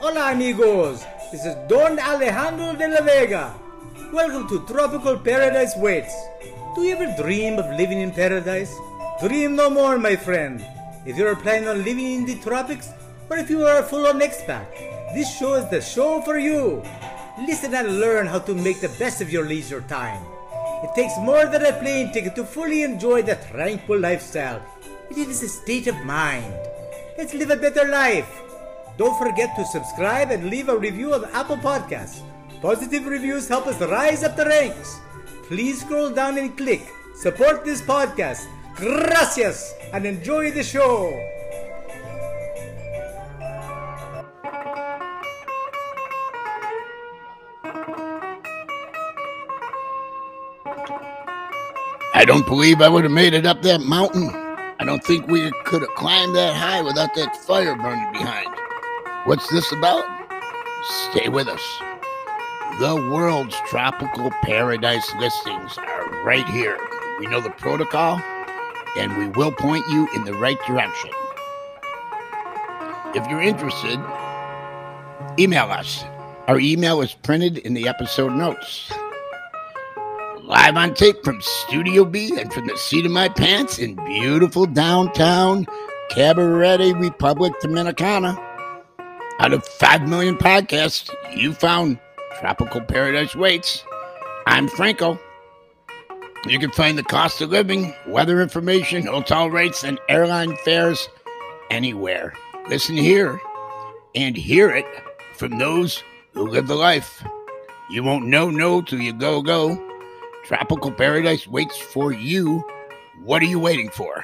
Hola amigos, this is Don Alejandro de la Vega. Welcome to Tropical Paradise Waits. Do you ever dream of living in paradise? Dream no more, my friend. If you are planning on living in the tropics, or if you are full on expat, this show is the show for you. Listen and learn how to make the best of your leisure time. It takes more than a plane ticket to fully enjoy the tranquil lifestyle. It is a state of mind. Let's live a better life. Don't forget to subscribe and leave a review on Apple Podcasts. Positive reviews help us rise up the ranks. Please scroll down and click. Support this podcast. Gracias and enjoy the show. I don't believe I would have made it up that mountain. I don't think we could have climbed that high without that fire burning behind. What's this about? Stay with us. The world's tropical paradise listings are right here. We know the protocol, and we will point you in the right direction. If you're interested, email us. Our email is printed in the episode notes. Live on tape from Studio B and from the seat of my pants in beautiful downtown Cabaret Republic Dominicana. Out of 5 million podcasts, you found Tropical Paradise Waits. I'm Franco. You can find the cost of living, weather information, hotel rates, and airline fares anywhere. Listen here and hear it from those who live the life. You won't know no till you go go. Tropical Paradise waits for you. What are you waiting for?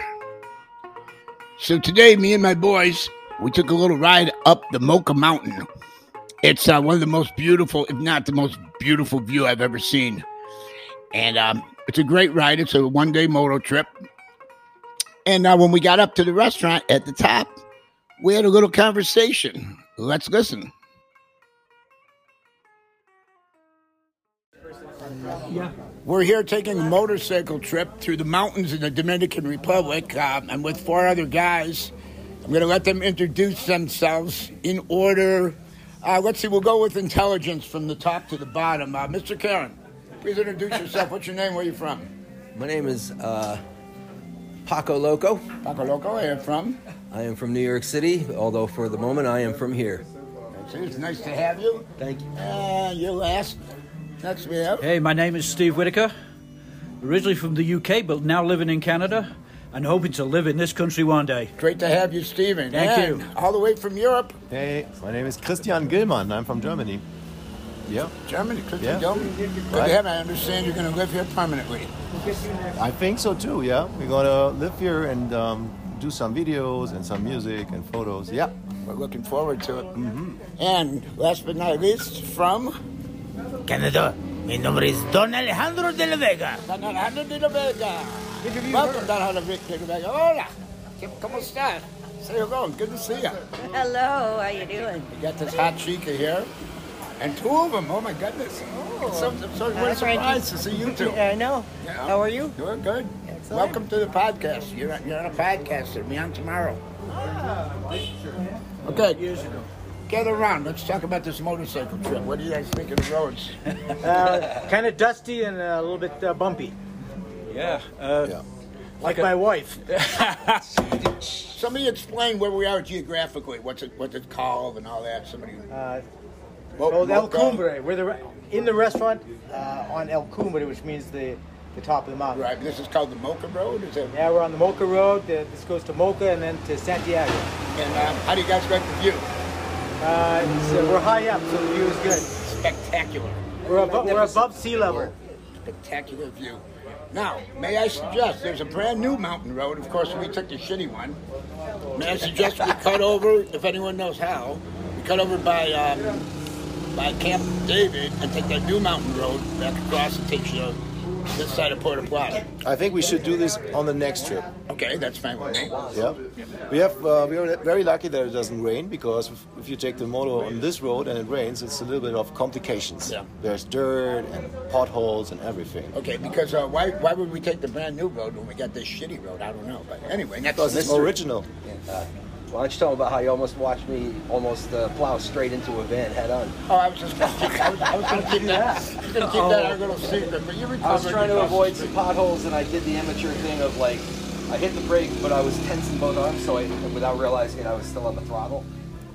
So today, me and my boys, we took a little ride up the Mocha Mountain. It's uh, one of the most beautiful, if not the most beautiful view I've ever seen. And um, it's a great ride. It's a one day moto trip. And uh, when we got up to the restaurant at the top, we had a little conversation. Let's listen. We're here taking a motorcycle trip through the mountains in the Dominican Republic. Um, I'm with four other guys. I'm going to let them introduce themselves in order. Uh, let's see, we'll go with intelligence from the top to the bottom. Uh, Mr. Karen, please introduce yourself. What's your name? Where are you from? My name is uh, Paco Loco. Paco Loco, where are you from? I am from New York City, although for the moment I am from here. See, It's nice to have you. Thank you. Uh, you last. Next we have. Hey, my name is Steve Whitaker, originally from the UK, but now living in Canada and hoping to live in this country one day. Great to have you, Stephen. Thank And you. All the way from Europe, Hey, my name is Christian Gilmann. I'm from Germany. Yeah, Germany. Christian Yeah. Gilman. Good to Right. have you. I understand you're going to live here permanently. I think so too. Yeah, we're gonna live here and um, do some videos and some music and photos. Yeah, We're looking forward to it. And last but not least, from Canadá. Mi nombre es Don Alejandro de la Vega. Don Alejandro de la Vega. Welcome, Don Alejandro de la Vega. Hola. ¿Cómo estás? Say hello. Good to see you. Hello, how you doing? We got this hot chica here. And two of them. Oh, my goodness. Oh. It's so, so, what a Hi, Frankie. surprise to see you two. I know. Yeah. How are you? Doing good. Excellent. Welcome to the podcast. You're on, you're on a podcast. It'll be on tomorrow. Ah. Okay. Get around. Let's talk about this motorcycle trip. What do you guys think of the roads? kind of dusty and a little bit uh, bumpy. Yeah, uh, Like my wife. Somebody explain where we are geographically. What's it what's it called and all that? Somebody. Uh, Mo- oh, El Mocha. Cumbre. We're the, re- in the restaurant uh, on El Cumbre, which means the, the top of the mountain. Right. This is called the Mocha Road. Is it? Yeah, we're on the Mocha Road. The, this goes to Mocha and then to Santiago. And um, how do you guys like the view? Uh, it's, uh, we're high up, so the view is good. Spectacular. We're, abo- we're above sea level. Spectacular view. Now, may I suggest there's a brand new mountain road. Of course, we took the shitty one. May I suggest we cut over, if anyone knows how, we cut over by um, by Camp David and take that new mountain road back across and takes you this side of Puerto Plata. I think we should do this on the next trip. Okay, that's fine with me. Yeah, we have uh, we are very lucky that it doesn't rain because if, if you take the motor on this road and it rains, it's a little bit of complications. Yeah. There's dirt and potholes and everything. Okay, because uh, why why would we take the brand new road when we got this shitty road? I don't know. But anyway, that's Because it's mystery. original. Why don't you tell them about how you almost watched me almost uh, plow straight into a van head on? Oh, I was just gonna keep, I was, I was gonna keep that. I was gonna keep that our little secret, but you recovered. I was trying to yourself. avoid some potholes, and I did the amateur thing of like, I hit the brake, but I was tense in both arms, so I, without realizing it, I was still on the throttle.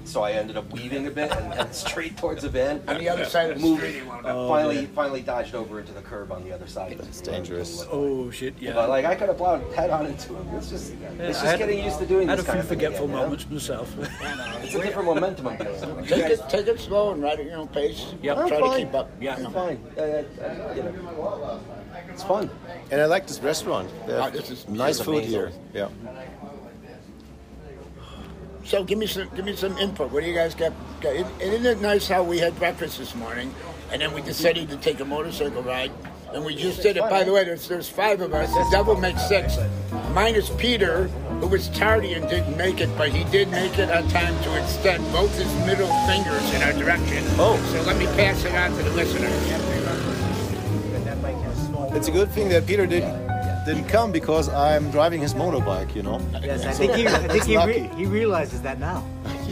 So I ended up weaving a bit and headed straight towards the van. On the other side of the Moved- street, he wound up. uh, finally, finally dodged over into the curb on the other side. That's dangerous. Oh shit! Yeah. But like, I could have plowed head on into him. It's just, Yeah, it's I just had- getting used to doing I had this a few kind of thing forgetful again, you know? moments myself. It's a different momentum I'm dealing with. Take it, take it slow and ride at your own pace. Yep. Try I'm to fine. keep up. Yeah. I'm fine. I, I, I, you know, it's fun. And I like Ah, this restaurant. They Oh, have this is nice food here. amazing. Yeah. So give me some, give me some input. What do you guys got? got and isn't it nice how we had breakfast this morning, and then we decided to take a motorcycle ride, and we just did it. By the way, there's there's five of us. The devil makes six, minus Peter, who was tardy and didn't make it, but he did make it on time to extend both his middle fingers in our direction. Oh. so let me pass it on to the listeners. that bike has small. It's a good thing that Peter didn't didn't come because I'm driving his motorbike. You know. Yes, I think, he, I think It's he, lucky. re- he realizes that now.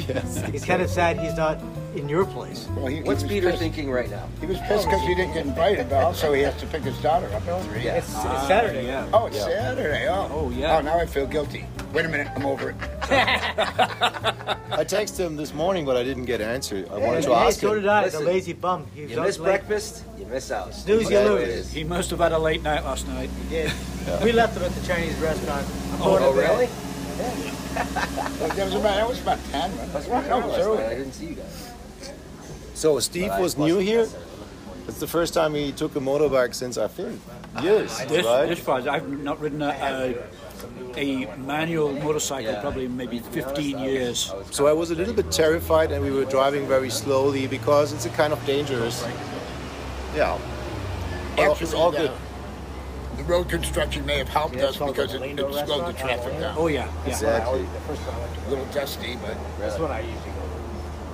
yes. It's kind of sad he's not in your place. Well, he- he What's was Peter pissed. thinking right now? He was pissed because he didn't get invited, but also he has to pick his daughter up at three. Yeah. It's, it's Saturday. Oh, yeah. Oh, it's Saturday. Oh. Oh, yeah. Oh, now I feel guilty. Wait a minute, I'm over it. I texted him this morning, but I didn't get an answer. I wanted And to hey, ask so him. did I, Listen, the lazy bum. He was You up miss late. breakfast, you miss out. Snooze, you That's what lose. it is. He must have had a late night last night. He did. We left him at the Chinese restaurant. I'm Oh, going to bed. really? That was about, that was about 10. Right? I was walking around last night. I didn't see you guys. So Steve was new here. It's the first time he took a motorbike since I think years, This, right? this far, I've not ridden a, a, a manual motorcycle probably in maybe 15 years. So I was a little bit terrified, and we were driving very slowly because it's a kind of dangerous. Yeah. Well, it's all good. The road construction may have helped us because it, it slowed the traffic down. Oh yeah, yeah. Exactly. A little dusty, but That's what I usually go with.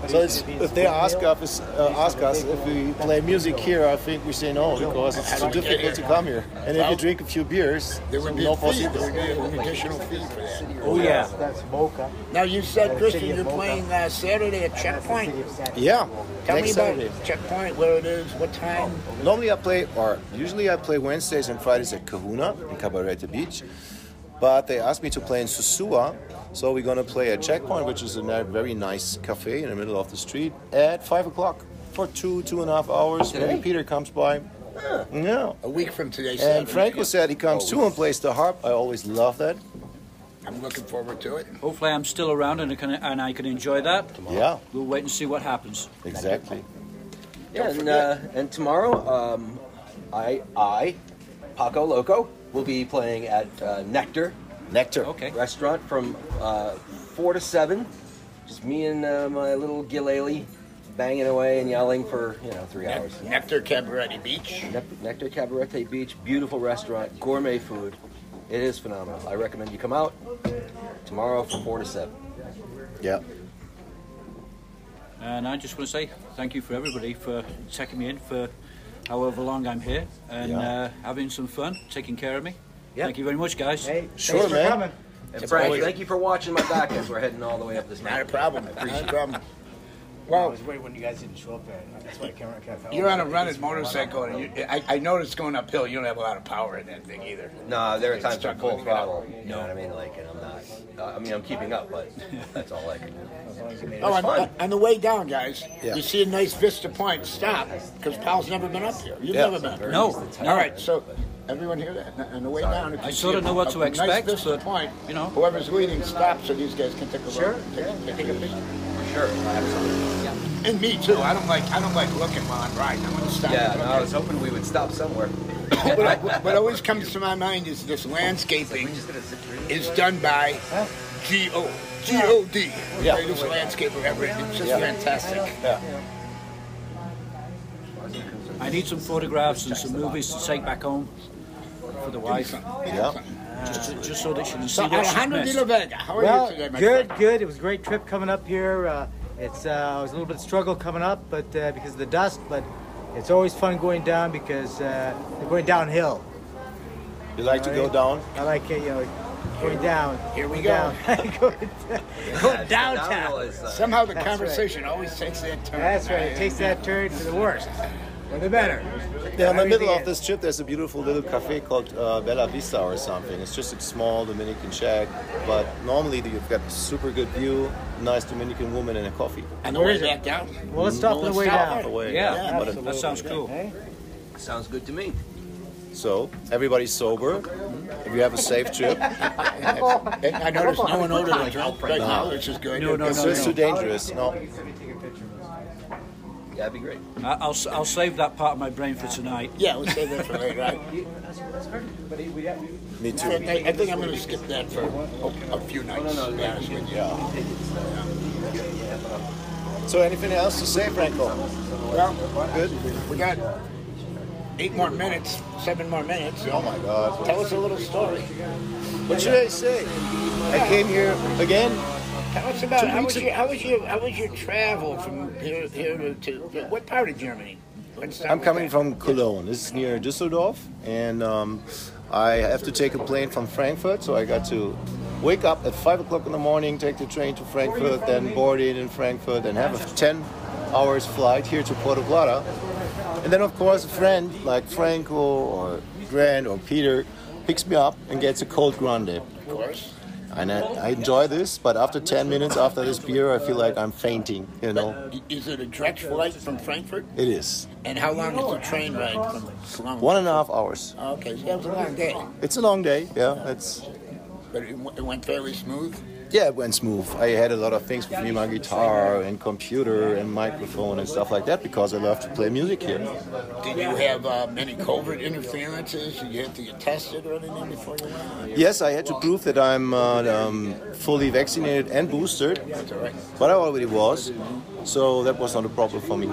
But So he- it's, he's if they big ask meal. us, uh, ask us if we play music here, I think we say no because it's too difficult to come here. And if you drink a few beers, there would be no a fee. There would possibility. be an additional fee for that. Oh yeah. That's mocha. Now you said, Christian, you're playing uh, Saturday at Checkpoint. Yeah. Tell next me about Saturday. Checkpoint, where it is, what time. Normally I play, or usually I play Wednesdays and Fridays at Kahuna in Cabarete Beach, but they asked me to play in Susua, so we're gonna play at Checkpoint, which is a ni- very nice cafe in the middle of the street, at five o'clock for two, two and a half hours. Maybe Peter comes by. Yeah. A week from today. And Saturday. Franco said he comes Oh, too and plays the harp. I always love that. I'm looking forward to it. Hopefully, I'm still around and I can and I can enjoy that. Yeah, We'll wait and see what happens. exactly. Yeah, and, uh, and tomorrow, um, I, I, Paco Loco, will be playing at uh, Nectar Nectar. Okay. Restaurant from uh, 4 to 7. Just me and uh, my little gilleley banging away and yelling for, you know, three hours. Nectar Cabaret Beach. Nec- Nectar Cabarete Beach, beautiful restaurant, gourmet food. It is phenomenal. I recommend you come out tomorrow from 4 to 7. Yeah. And I just want to say thank you for everybody for taking me in for however long I'm here and Yeah. uh, having some fun, taking care of me. Yeah. Thank you very much, guys. Hey, Sure, thanks for man. coming. And Frank, thank you for watching my back as we're heading all the way up this Not a mountain. problem. Not a problem. I Well, was waiting when you guys didn't show up there. That's why I came around. kinda felt You're on a like running this morning. motorcycle, and you, I, I noticed going uphill, you don't have a lot of power in that thing either. No, there are times I'm full Struggling. throttle. You know what I mean? Like, and I'm not. Uh, I mean, I'm keeping up, but that's all I can do. Oh, on, fun. on the way down, guys, Yeah. you see a nice Vista Point stop because Pal's never been up here. You've Yeah. never been. No. All right, so everyone hear that? On the way down, if you I see sorta a- know what a to nice expect, Vista but, Point, you know. whoever's leading stops so these guys can take a look. Sure, Take, take a picture. For sure. Absolutely. And me too. I don't like I don't like looking while I'm riding. I want to stop. Yeah, and no, look I at was hoping we would stop somewhere. what, what- what always comes to my mind is this landscaping is done by G.O. G.O.D. Yeah. Greatest landscaper ever. It's just Yeah. fantastic. Yeah. I need some photographs and some movies to take back home for the wife, Yeah. just, to, just so that she can So see that she's Alejandro de la missed. Vega, how are Well, you today, my good, friend? good. It was a great trip coming up here. Uh, it's uh, it was a little bit of struggle coming up, but uh, because of the dust, but it's always fun going down because uh, they're going downhill. You like to go down? I like it, you know, going down. Here we going go. Down. going going downtown. uh, Somehow the That's right. conversation always takes that turn. That's right. It takes that turn for the worst, or the better. Yeah, in the middle Everything of this trip, there's a beautiful little cafe called uh, Bella Vista or something. It's just a small Dominican shack, but normally you've got super good view, nice Dominican woman, and a coffee. And the way back down. is- Well, let's stop on the way down. Away, Yeah, but it- that sounds cool. Hey? Sounds good to me. so everybody's sober. If you have a safe trip, And I noticed no one ordered a drink right No. now, which is good. No, no, it's no, just too dangerous. No, Yeah, that'd be great. I- I'll, s- I'll save that part of my brain for tonight. Yeah, we'll save that for later. I, me too. I- I think I'm going to skip that for a, a few nights. to be honest with you. So anything else to say, Franco? Well, Good. we got eight more minutes, seven more minutes. Oh my God. Tell us a little story. What should I say? I came here again. Tell us about how was weeks your how was your how was your travel from here here to, to to- what part of Germany? Let's start I'm with coming that. from Cologne. This is near Düsseldorf, and um, I have to take a plane from Frankfurt. So I got to wake up at five o'clock in the morning, take the train to Frankfurt, then board in in Frankfurt, and have a ten hours flight here to Puerto Plata. And then, of course, a friend like Franco or Grant or Peter picks me up and gets a cold grande. of course. And I, I enjoy this, but after 10 minutes after this beer, I feel like I'm fainting, you know? I- Is it a direct flight from Frankfurt? It is. And how long is the train ride from Cologne? One and a half hours. Okay, so that was a long day, It's a long day, yeah. It's but it, w- it went fairly smooth. Yeah, it went smooth. I had a lot of things with me, my guitar and computer and microphone and stuff like that because I love to play music here. Did you have uh, many covert interferences? Did you have to get tested or anything before you went? Yes, I had to prove that I'm uh, um, fully vaccinated and boosted, That's all right. but I already was, so that was not a problem for me.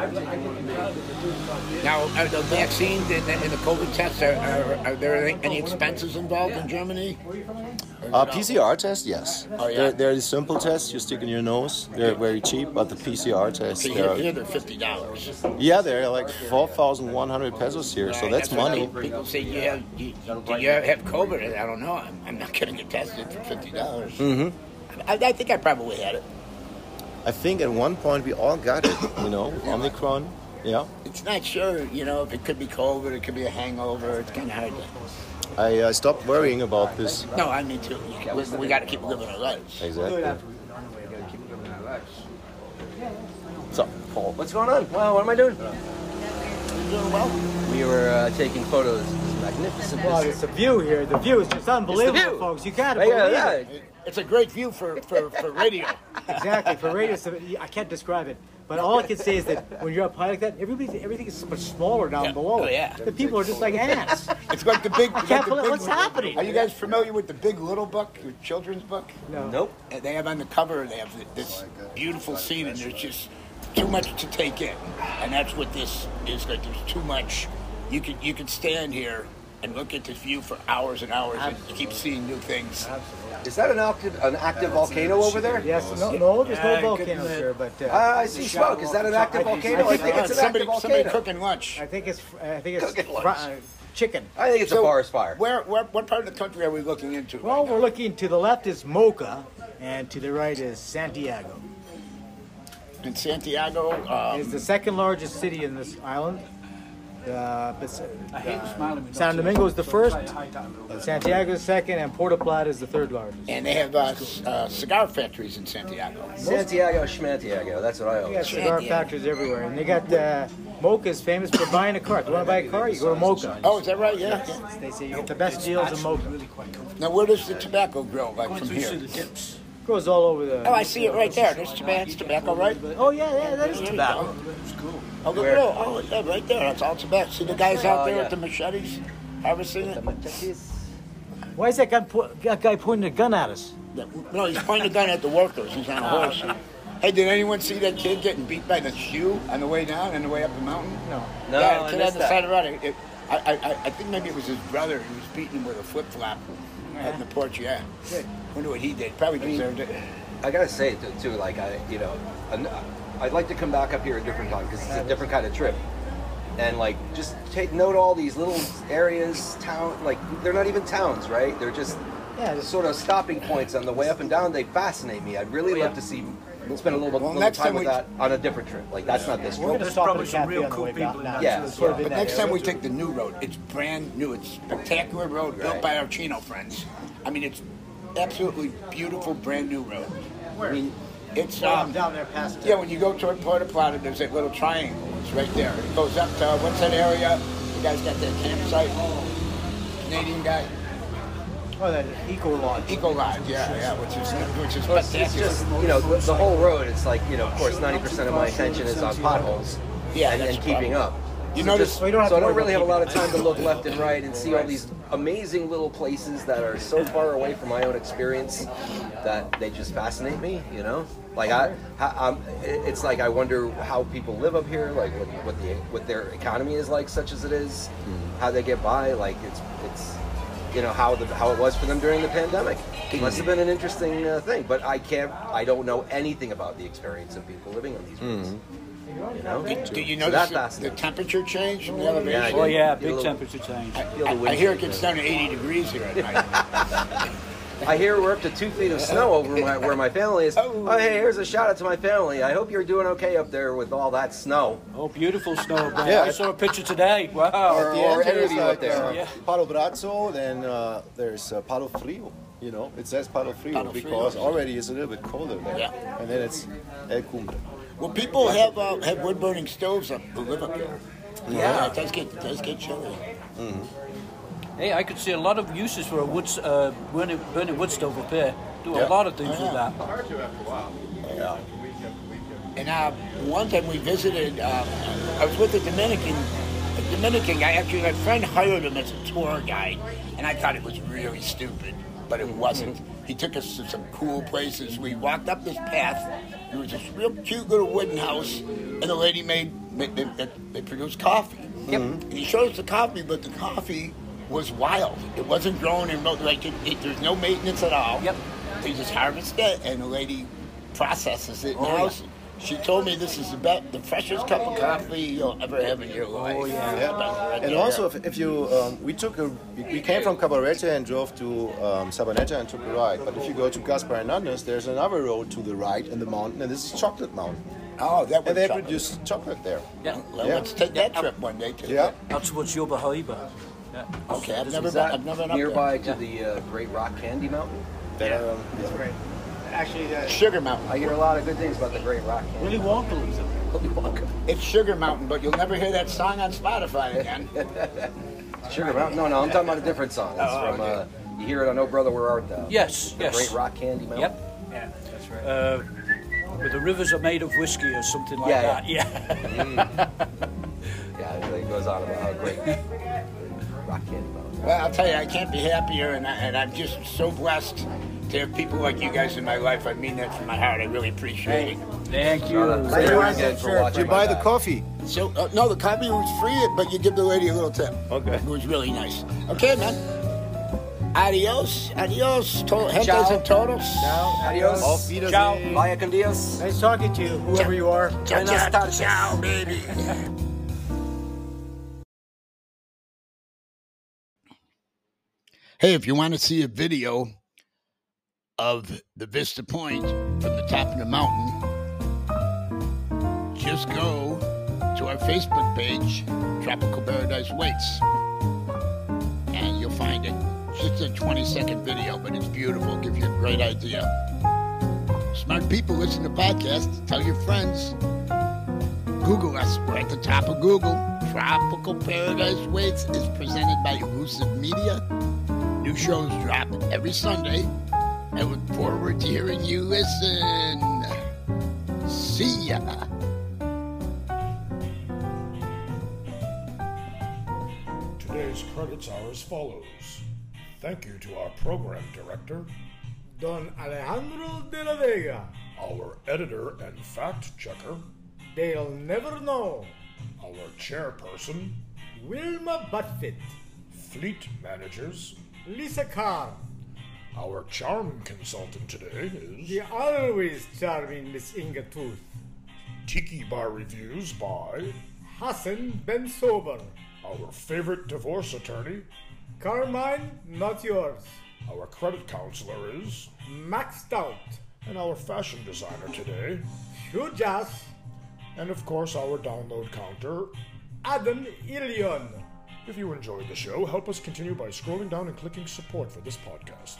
Now, are the vaccines and the, and the COVID tests, are, are, are there any, any expenses involved in Germany? Or is it Uh, all- PCR test, yes. Oh, yeah. They're, they're the simple tests you stick in your nose. They're very cheap, but the PCR tests, So here, here they're, they're fifty dollars. uh, yeah, they're like 4,100 pesos here, so that's money. People say you have, you, you- do you have COVID? I don't know. I'm, I'm not going to get tested for fifty dollars. Mm-hmm. I, I think I probably had it. I think at one point we all got it, you know, Omicron, yeah. It's not sure, you know, if it could be COVID, it could be a hangover. It's kind of hard. To, I uh, stopped worrying about this. no, I mean too. We, we got to keep living our lives. Exactly. So, Paul. What's going on? Wow, what am I doing? You doing well? We were uh, taking photos. of this Magnificent. Well, visit. it's the view here. The view is just unbelievable, view. folks. You gotta Hey, believe yeah, it. yeah. It's a great view for for, for radio. Exactly. For radio, so- I can't describe it. But all I can say is that when you're up high like that, everybody's, everything is so much smaller down Yeah. below. Oh, yeah. The people are just like ants. It's like the big. like can't the believe- big what's happening? Are you guys familiar with the Big Little Book, your children's book? No. Nope. And they have on the cover. They have this beautiful scene, and there's just too much to take in, and that's what this is like. There's too much. You could you could stand here and look at this view for hours and hours, and keep seeing new things. Is that an active an active volcano over there? Yes. No. No. There's no Yeah, volcanoes goodness. here, but Uh, uh, I see smoke. Is that an active volcano? I think it's an somebody active somebody volcano. cooking lunch. I think it's I think Cook it's it fr- lunch. uh, chicken. I think it's a So, forest fire. Where, where what part of the country are we looking into? Well, right now? we're looking to the left is Mocha, and to the right is Santiago. in Santiago. Um, It's the second largest city in this island. Uh, but, I hate smiling. when San doctors- Domingo is the first, High time. Santiago is second, and Puerto Plata is the third largest. and they have uh, c- uh, cigar factories in Santiago. Santiago Schmantiago. That's what I They always. got cigar factories everywhere, and they got uh, Mocha is famous for buying a car. If you want to buy a car, you go to Mocha. Oh, is that right? Yeah. They say you get the best deals in Mocha. Now, where does the tobacco grow, like Going from through here? the dips. Goes all over the. Oh, I see it right there. There's tobacco, that's tobacco right? Oh yeah, yeah, that is tobacco. Oh, the Where? grill. Oh, yeah, right there. That's all tobacco. See the guys out Oh, there yeah. with the machetes harvesting it? Why is that guy, po- that guy pointing a gun at us? Oh. No, he's pointing a gun at the workers. He's on a horse. Hey, did anyone see that kid getting beat by the shoe on the way down and the way up the mountain? No. No, yeah, I kid missed on the that. side of the road. It, it- I, I, I, I think maybe it was his brother who was beating him with a flip flop on the porch. Yeah. Wonder what he did. Probably mean- deserved it. I gotta say too, too like I, you know, I'm, I'd like to come back up here a different time because it's a different kind of trip, and like just take note all these little areas, town, like they're not even towns, right? They're just Yeah, just- sort of stopping points on the way up and down. They fascinate me. I'd really love to see, spend a little, Well, little next time time with we- that on a different trip. Like that's not this We're trip. gonna There's stop at probably a some cafe real on the cool way back people in now. that Yeah, It's yeah. sort of in But that next time area. we take the new road, it's brand new. It's spectacular road built Right. by our Chino friends. I mean, it's absolutely beautiful, brand new road. I mean, it's um, down there past. yeah. When you go toward Puerto Plata, there's that little triangle. It's right there. It goes up to what's that area? You guys got that campsite? Canadian guy, Oh, that eco lodge. Eco Lodge. Yeah, yeah. Which is which is It's spectacular. just you know the, the whole road. It's like you know, of course, ninety percent of my attention is on potholes Yeah, and, that's and keeping probably- up. You so notice- just- Oh, you don't have so to I don't worry really have a about lot of time to look left and right and see all these amazing little places that are so far away from my own experience that they just fascinate me. You know, like I, I um, it- it's like I wonder how people live up here, like what, what the what their economy is like, such as it is, Hmm. how they get by. Like it's it's you know how the how it was for them during the pandemic. It must have been an interesting uh, thing, but I can't. I don't know anything about the experience of people living on Hmm. these roads. You know, Do you So notice that's the, the fascinating. temperature change and the elevation? Oh yeah, Feel big the- temperature change. I, Feel the I- I wind hear it through gets the- down to 80 degrees here at night. I hear we're up to two feet of snow over my, where my family is. Oh. Oh. hey, here's a shout out to my family. I hope you're doing okay up there with all that snow. Oh, beautiful snow. Brian. Yeah. I saw a picture today. Wow. At the or any end, of there's you like out there. uh, Yeah. Palo Brazzo, then uh, there's uh, Palo Frio. You know, it says Palo Frio Palo Frio. because already it's a little bit colder there. Yeah. And then it's El Cumbre. well, people have uh, have wood burning stoves up who live up here. Yeah, it does get it does get chilly. Hey, I could see a lot of uses for a wood, s- uh, burning, burning wood stove up here. Do a Yeah. lot of things Oh, with yeah. that. And uh, one time we visited, uh, I was with a Dominican. A Dominican guy, actually, my friend hired him as a tour guide, and I thought it was really stupid, but it wasn't. He took us to some cool places. We walked up this path. There was this real cute little wooden house, and the lady made they, they, they- they produced coffee. Yep. And he showed us the coffee, but the coffee was wild. It wasn't grown in remote, like it, it, there's no maintenance at all. Yep. They just harvest it, and the lady processes Oh, it in the house. She told me this is about the freshest cup of coffee you'll ever have in your life. Oh, Yeah. And also, if, if you, um, we took a, we- we came from Cabarete and drove to um, Sabaneta and took a ride. But if you go to Gaspar Hernandez, there's another road to the right in the mountain, and this is Chocolate Mountain. oh, that And would they chocolate. produce chocolate there. Yeah. Well, Yeah. let's take that trip one day, too. Yeah. That's what's your behavior. Yeah. Okay, I've This never is been, that. I've never been up Nearby to the uh, Great Rock Candy Mountain. That, um, Right. Actually, there. uh, Sugar Mountain. I hear a lot of good things about the Great Rock Willy Candy. Wonka lives up there. Mountain. It's Sugar Mountain, but you'll never hear that song on Spotify again. Sugar Mountain? No, no, I'm talking about a different song. It's Oh, from okay. uh, you hear it on Oh Brother Where Art Thou? Yes, The yes. Great Rock Candy Mountain. Yep. Uh, but the rivers are made of whiskey or something like Yeah, yeah. that. Yeah. Yeah, it goes on about how great Rock Candy Mountain. well, I'll tell you, I can't be happier, and, I, and I'm just so blessed to have people like you guys in my life. I mean that from my heart. I really appreciate it. Thank you. Uh, thank you again for watching. you my buy the bad. coffee. So, uh, no, the coffee was free, but you give the lady a little tip. Okay. It was really nice. Okay, man. Adios. Adios. To- gentes and todos. Adios. Auf Wiedersehen. Vaya con Dios. Nice talking to you, whoever you are. Ciao, Buenas ciao, tardes. ciao, baby. Hey, if you want to see a video of the Vista Point from the top of the mountain, just go to our Facebook page, Tropical Paradise Waits, and you'll find it. It's just a 20 second video, but it's beautiful, gives you a great idea. Smart people listen to podcasts, tell your friends. Google us. We're at the top of Google. Tropical Paradise Waits is presented by Elusive Media. New shows drop every Sunday. I look forward to hearing you listen. See ya. Today's credits are as follows. Thank you to our program director, Don Alejandro de la Vega. Our editor and fact checker, They'll never know. our chairperson, Wilma Buffett, fleet managers, Lisa Carr, our charm consultant today is the always charming Miss Inga Tooth, Tiki Bar Reviews by Hassan Ben Sober, our favorite divorce attorney. Carmine Not Yours, Our credit counselor is, Maxed Out, and our fashion designer today, Hujas, and of course our download counter. Adam Ilion. If you enjoyed the show, help us continue by scrolling down and clicking support for this podcast.